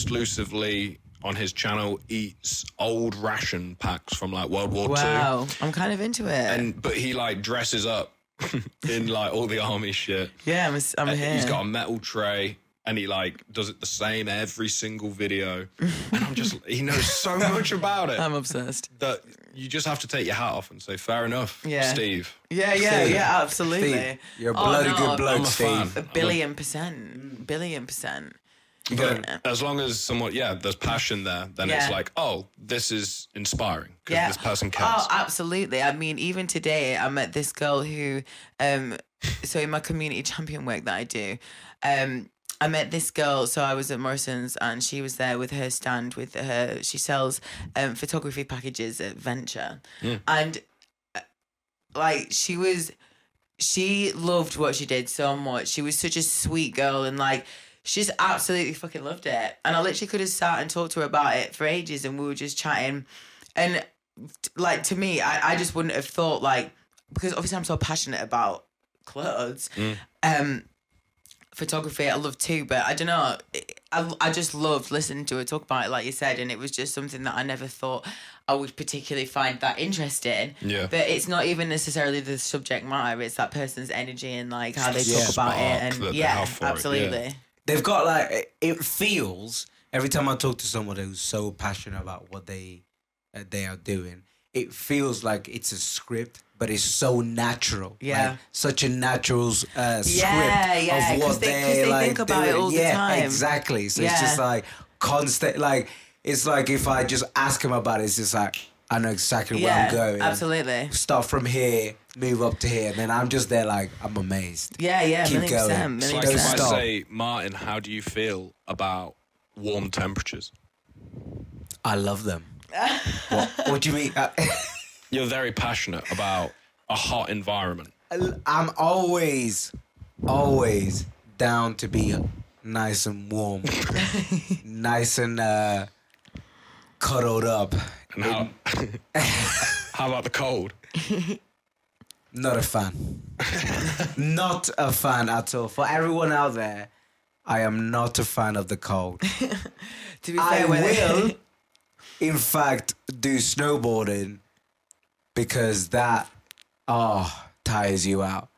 exclusively on his channel eats old ration packs from like World War Two. wow, I'm kind of into it. and but he like dresses up <laughs> in like all the army shit. Oh, yeah, I'm, a s- I'm And here. uh, He's got a metal tray and he like does it the same every single video. and I'm just he knows <laughs> so much about it I'm obsessed. that you just have to take your hat off and say, Fair enough, Yeah. Steve. Yeah, yeah, Steve. yeah, absolutely. Steve, you're a Oh, bloody no, good bloke, I'm a fan. Steve. A billion percent. Billion percent. But as long as someone yeah, there's passion there, then it's Yeah. like, oh, this is inspiring. Because Yeah. this person cares. Oh, absolutely. I mean, even today, I met this girl who, um, so in my community champion work that I do, um, I met this girl. So I was at Morrison's and she was there with her stand with her. She sells um, photography packages at Venture, and uh, like she was she loved what she did so much. She was such a sweet girl and like she just absolutely fucking loved it. And I literally could have sat and talked to her about it for ages and we were just chatting. And t- like to me, I, I just wouldn't have thought like because obviously I'm so passionate about clothes. Mm. Um photography I love too, but I don't know. I, I just loved listening to her talk about it, like you said, and it was just something that I never thought I would particularly find that interesting. Yeah. But it's not even necessarily the subject matter; it's that person's energy and like how they Yeah. talk about it, Spark and that they yeah, have for it, yeah. absolutely. They've got like it- it feels every time I talk to someone who's so passionate about what they uh, they are doing, it feels like it's a script, but it's so natural. Yeah. like, such a natural uh, script Yeah, yeah, of 'cause what they- 'cause they, they like think about it doing. all the yeah, time. exactly. So it's Yeah. just like constant. Like it's like if I just ask him about it, it's just like I know exactly where Yeah, I'm going. absolutely. Start from here, move up to here, and then I'm just there like I'm amazed. Yeah, yeah, Keep million going. percent, It's million It's like Don't if percent. I stop. say, Martin, how do you feel about warm temperatures? I love <laughs> them. what? What do you mean? Uh, You're very passionate about a hot environment. I'm always, always down to be nice and <laughs> warm, nice and uh, cuddled up. And how, how about the cold? Not a <laughs> fan. not a fan at all. For everyone out there, I am not a fan of the cold. To be I fair, when they- will, <laughs> in fact, do snowboarding because that oh tires you out.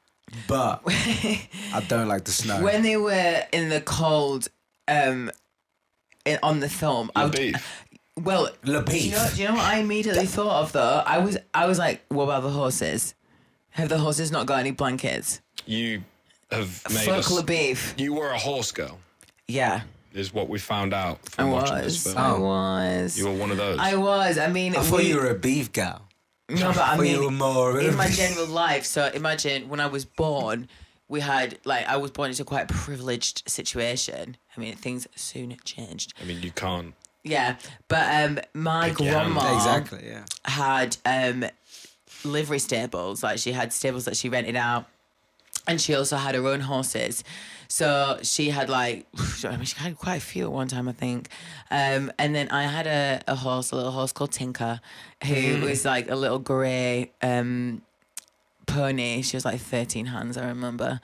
But <laughs> I don't like the snow. when they were in the cold, um, in, on the film, I would, Beef. Well, Le do you, know, Pif. do you know what I immediately thought of though? I was I was like, what about the horses? Have the horses not got any blankets? You have made Fuck us. Le beef. You were a horse girl, Yeah, is what we found out I from watching this was. film. I was. You were one of those. I was. I mean, I thought <laughs> we- you were a beef gal. no, but I thought you were mean, more. in my general life. So imagine when I was born, we had like I was born into quite a privileged situation. I mean, things soon changed. I mean, you can't. Yeah, but um, my your hand. grandma exactly. Yeah. had um, livery stables. Like she had stables that she rented out, and she also had her own horses. So she had like, <sighs> I mean, she had quite a few at one time, I think. Um, and then I had a, a horse, a little horse called Tinker, who was like a little grey um, pony. She was like 13 hands, I remember.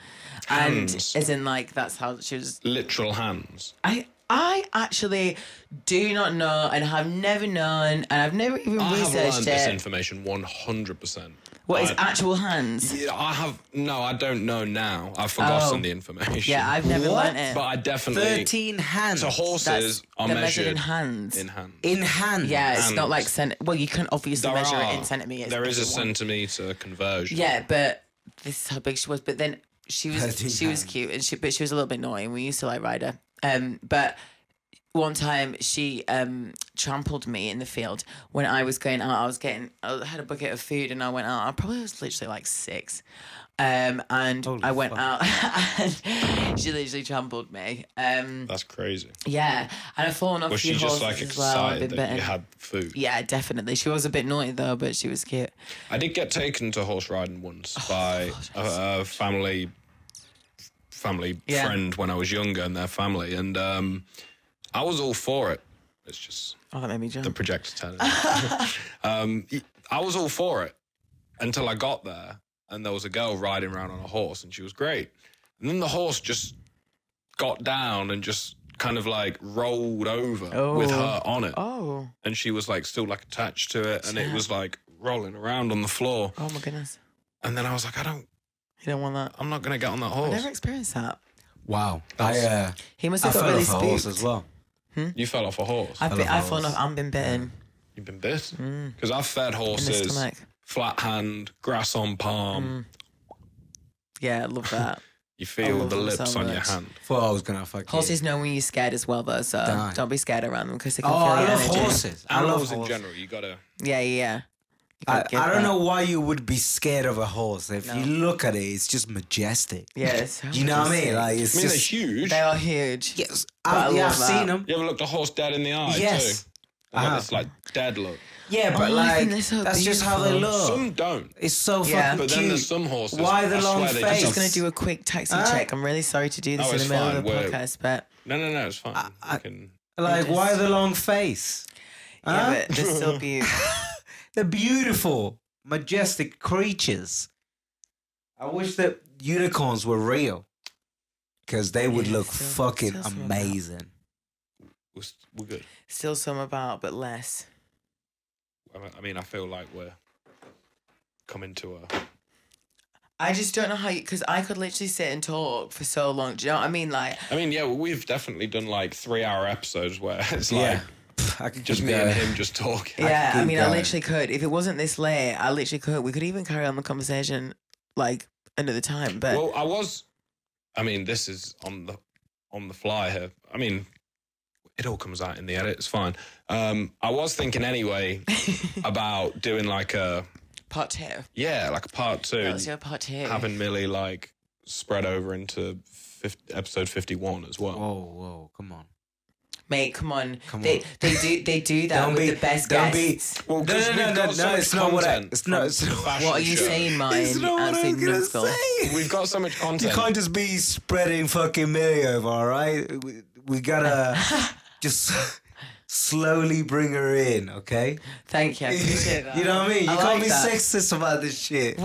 Hands. And as in, like, that's how she was Literal hands. I I actually do not know and have never known and I've never even I have learned researched this it. information 100%. What is I- actual hands? Yeah, I have no. I don't know now. I've forgotten Oh. the information. Yeah, I've never What? learned it. But I definitely. Thirteen hands. So horses are they're measured, measured in hands. In hands. in hand. yeah, it's not hands. like cent. Well, you can obviously measure it in centimeters. There if is a you want. centimeter conversion. Yeah, but this is how big she was. But then she was 13 she was pounds. cute and she but she was a little bit annoying. We used to like ride her. Um, but one time she um trampled me in the field when I was going out. I was getting I had a bucket of food and I went out. I probably was literally like six. Um, and I went out <laughs> and she literally trampled me. Um, That's crazy. yeah, and I've fallen off a Was few she just horses like as well. I've excited been that bitten. you had food? yeah, definitely. She was a bit naughty though, but she was cute. I did get taken to horse riding once Oh, by a, a family family Yeah. friend when I was younger and their family, and um, I was all for it. It's just Oh, that made me jump. the projector <laughs> turning. um, I was all for it until I got there, and there was a girl riding around on a horse, and she was great. And then the horse just got down and just kind of like rolled over with her on it, oh, and she was like still like attached to it, and it was like rolling around on the floor. oh my goodness. And then I was like, I don't, You don't want that. I'm not gonna get on that horse. Never experienced that. Wow. I uh, He must I have got fell really off a horse spooked. as well. You fell off a horse. I've been, love I've fallen off and been bitten You've been bit Mm. because I've fed in the horses stomach. flat hand, grass on Mm. palm. Yeah, I <laughs> love that. You feel love the them lips so on your much. hand. Thought I was gonna fuck you. Horses know when you're scared as well, though, so Damn. don't be scared around them because they can Oh, feel I your love energy. horses. I love Animals in horses. general, you gotta. Yeah, yeah, yeah. You I, gotta give I that. don't know why you would be scared of a horse. If you look at it, it's just majestic. Yeah, it's You know what I mean? Like it's I mean, they're just. huge. they are huge. Yes, I I, yeah, love I've that. seen them. You ever looked a horse dead in the eye Yes. Ah. too? And I then it's like dead look. Yeah, but Oh, I like think they're that's so just how they beautiful. look. Some don't. it's so fucking Yeah. But cute. then there's some horses. Oh. Why the I long swear they just- I'm just face? going to do a quick taxi Alright. check. I'm really sorry to do this Oh, No, in it's the middle fine. of the We're- podcast, but, No, no, no. It's fine. I- You can- like Yes. why the long face? yeah, Huh? but they're <laughs> still beautiful. They're beautiful, majestic creatures. I wish that unicorns were real, because they would Yeah, look still- fucking still some of that. amazing. we're, we're good. still some about, but less. I- I mean, I feel like we're coming to a. I just don't know how you, because I could literally sit and talk for so long. Do you know what I mean? Like, I mean, yeah, we've definitely done like three hour episodes where <laughs> it's like Yeah, Pff, I could just keep me and going. him just talking. Yeah, I keep mean, I going. literally could. If it wasn't this late, I literally could. We could even carry on the conversation like another time. But Well, I was. I mean, this is on the on the fly here. I mean, it all comes out in the edit. It's fine. Um, I was thinking <laughs> anyway about doing like a part two. yeah, like a part two, Let's do a part two. having Millie like spread over into 50, episode fifty one as well. Whoa, whoa, come on. Mate, come on. Come they on. they do they do that with the best don't guests. Be, no, 'cause no, we've no, no, got so no, much it's not what I, content it's not, from it's the not, fashion What are you show. saying, it's Martin? not what I was Absolute gonna numbskull. say. We've got so much You content. can't just be spreading fucking Millie over, all right? We, <laughs> we gotta just slowly bring her in, okay? Thank you. I appreciate that. <laughs> you know what I mean? You I can't like be that. <laughs> sexist about this shit.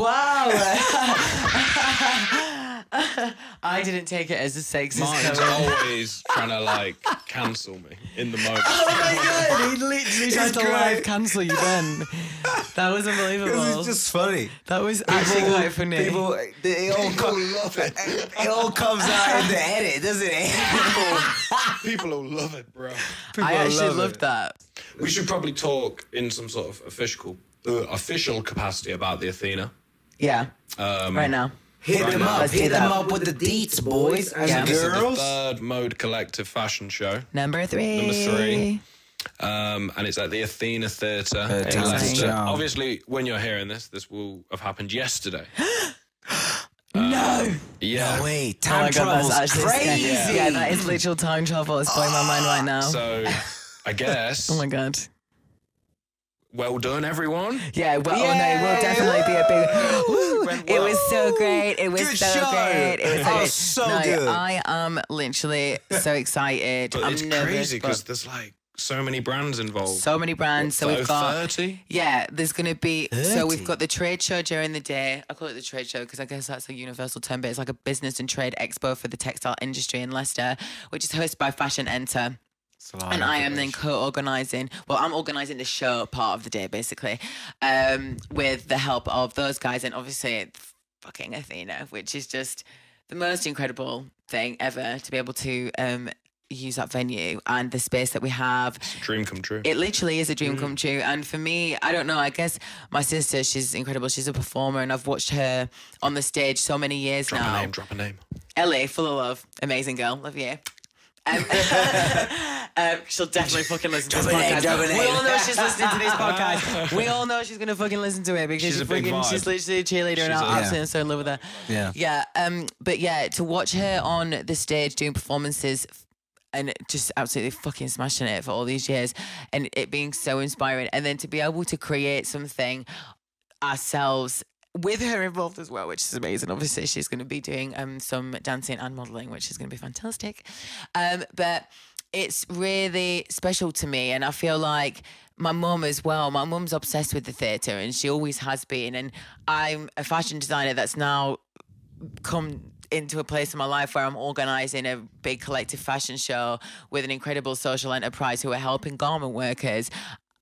Wow. <laughs> I didn't take it as a sexist Martin's comment. always trying to like cancel me in the <laughs> moment. Oh my god, he literally tried to great. live cancel you then. That was Because unbelievable. it's just funny. that was actually quite funny. People, they- <laughs> it all comes, it all comes out in the edit, doesn't it? People will love it, bro. I People actually love loved it. that. We should probably talk in some sort of official uh, official capacity about the Athena. Yeah. Um, right now. Hit them now. up, Let's do hit them that. up with the deets, boys and Yeah. This is the girls. third mode collective fashion show, Number three. number three. Um, and it's at the Athena Theatre in Town Leicester. Town. Obviously, when you're hearing this, this will have happened yesterday. Um, No. Yeah. Oh, wait, Oh time my god, travel's that's actually crazy. Yeah. that is literal time travel. It's blowing my mind right now. So I guess oh my god. well done everyone. Yeah, well, oh no, it will definitely be a big. Woo! It was so great. It was Good so show. great. It was so, Oh, great. so No, good. I am literally so excited. But I'm it's nervous, crazy because but there's like so many brands involved. so many brands. So we've got. 30? Yeah, there's going to be. So 30. we've got the trade show during the day. I call it the trade show because I guess that's a universal term, but it's like a business and trade expo for the textile industry in Leicester, which is hosted by Fashion Enter. And I am then co-organising. Well, I'm organising the show part of the day, basically, um, with the help of those guys, and obviously fucking Athena, which is just the most incredible thing ever to be able to um, use that venue and the space that we have. Dream come true. It literally is a Mm. dream come true. And for me, I don't know, I guess my sister, she's incredible. She's a performer and I've watched her on the stage so many years drop now. a name, drop a name. LA, full of love. Amazing girl. Love you. Um, <laughs> um, she'll definitely fucking listen to this Drop a name, podcast. drop a We name. all know she's listening to <laughs> this podcast. We all know she's gonna fucking listen to it because she's, She's a big fucking, vibe. she's literally a cheerleader, and She's I'm a- absolutely so in love with her. Yeah. Yeah. Um. But yeah, to watch her on the stage doing performances f- and just absolutely fucking smashing it for all these years, and it being so inspiring, and then to be able to create something ourselves with her involved as well, which is amazing. Obviously, she's going to be doing um, some dancing and modeling, which is going to be fantastic. Um, but it's really special to me, and I feel like my mum as well. My mum's obsessed with the theatre, and she always has been. And I'm a fashion designer that's now come into a place in my life where I'm organizing a big collective fashion show with an incredible social enterprise who are helping garment workers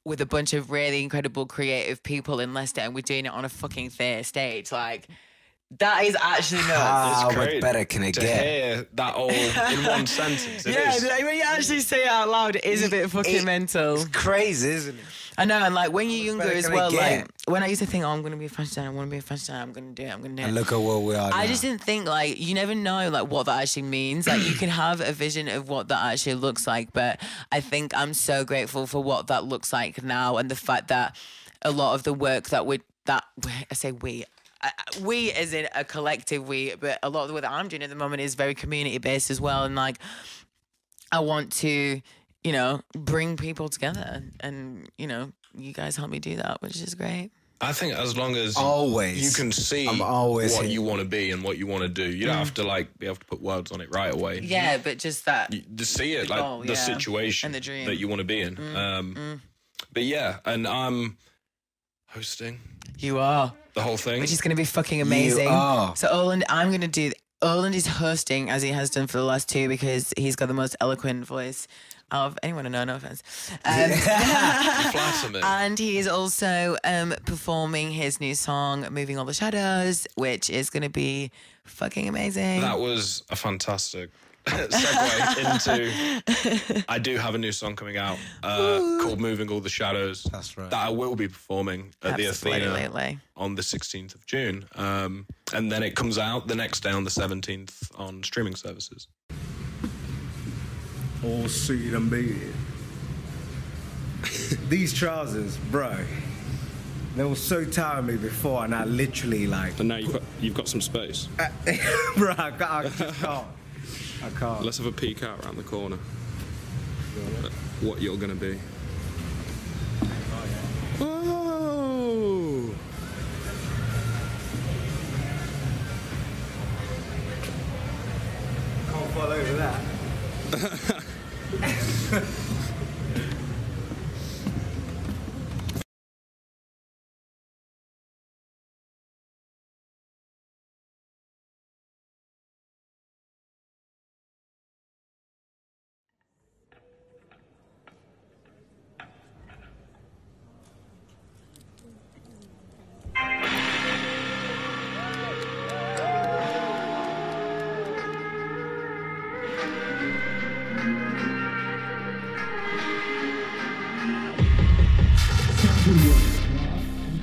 with a bunch of really incredible creative people in Leicester and we're doing it on a fucking theatre stage. Like that is actually nuts. Ah, How much great better can it To get? hear that all in one sentence, it yeah, is. like, when you actually say it out loud, it is a bit fucking It- mental. Crazy, isn't it? I know, and like when you're younger better as can I well, like get? when I used to think, oh, I'm gonna be a fashion designer, I want to be a fashion designer, I'm gonna do it, I'm gonna do it. And look at where we are. I now. just didn't think like you never know like what that actually means. Like you <clears throat> can have a vision of what that actually looks like, but I think I'm so grateful for what that looks like now and the fact that a lot of the work that we that I say we. I- I- We, as in a collective, we, but a lot of the work that I'm doing at the moment is very community based as well. And like, I want to, you know, bring people together. And, you know, you guys help me do that, which is great. I think as long as Always. you can see I'm always what here. you want to be and what you want to do, you don't have to like be able to put words on it right away. Yeah, but just that. you, to see it like goal, the yeah. situation And the dream. that you want to be in. um, But yeah, and I'm hosting You are. the whole thing. which is going to be fucking amazing. are. So Oland, I'm going to do. Oland is hosting as he has done for the last two because he's got the most eloquent voice of anyone I know. No offense. <laughs> <laughs> Um, flatter me. and he is also um, performing his new song "Moving All the Shadows," which is going to be fucking amazing. That was a fantastic <laughs> segue into. I do have a new song coming out uh, called "Moving All the Shadows." That's right. That I will be performing at the Athena Absolutely. on the 16th of June, um, and then it comes out the next day on the 17th on streaming services. all suited and <laughs> booted. These trousers, bro, they were so tired of me before, and I literally like, And now you've got you've got some <laughs> space. bro, I, ca- I just can't. I can't. Let's have a peek out around the corner. At what you're gonna be. Whoa! can't fall over that.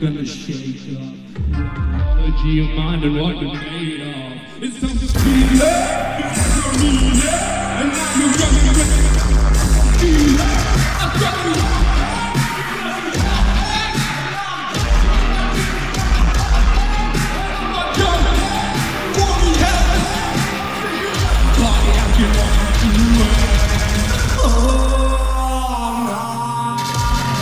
gonna shake up Biology of mind and what you're made of It's time to feel it It's for me, yeah And I'm a running with Feel it I got it Body out, you know how to do it Oh, no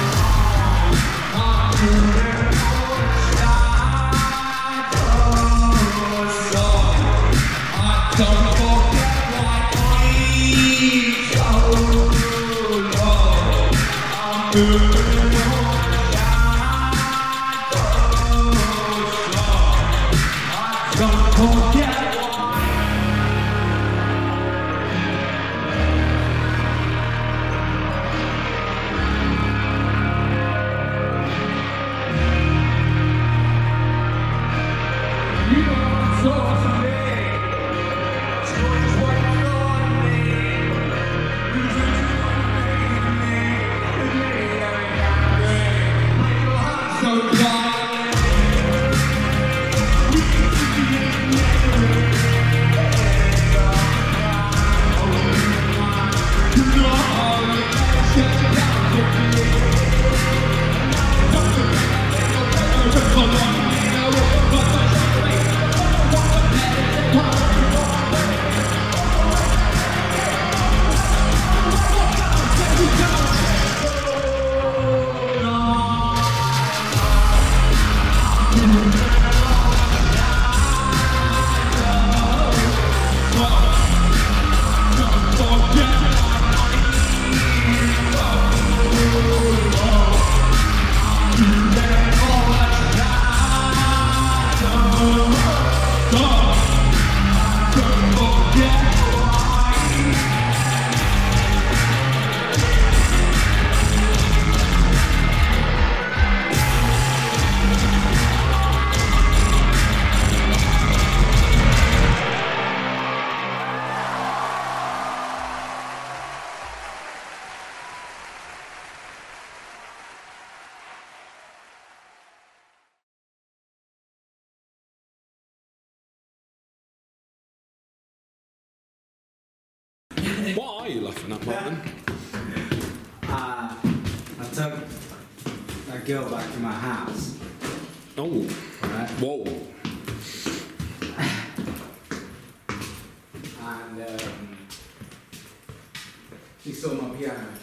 What are you laughing at, man? Uh, I took a girl back to my house. Então, Oh. né? Whoa. And um, she saw my piano.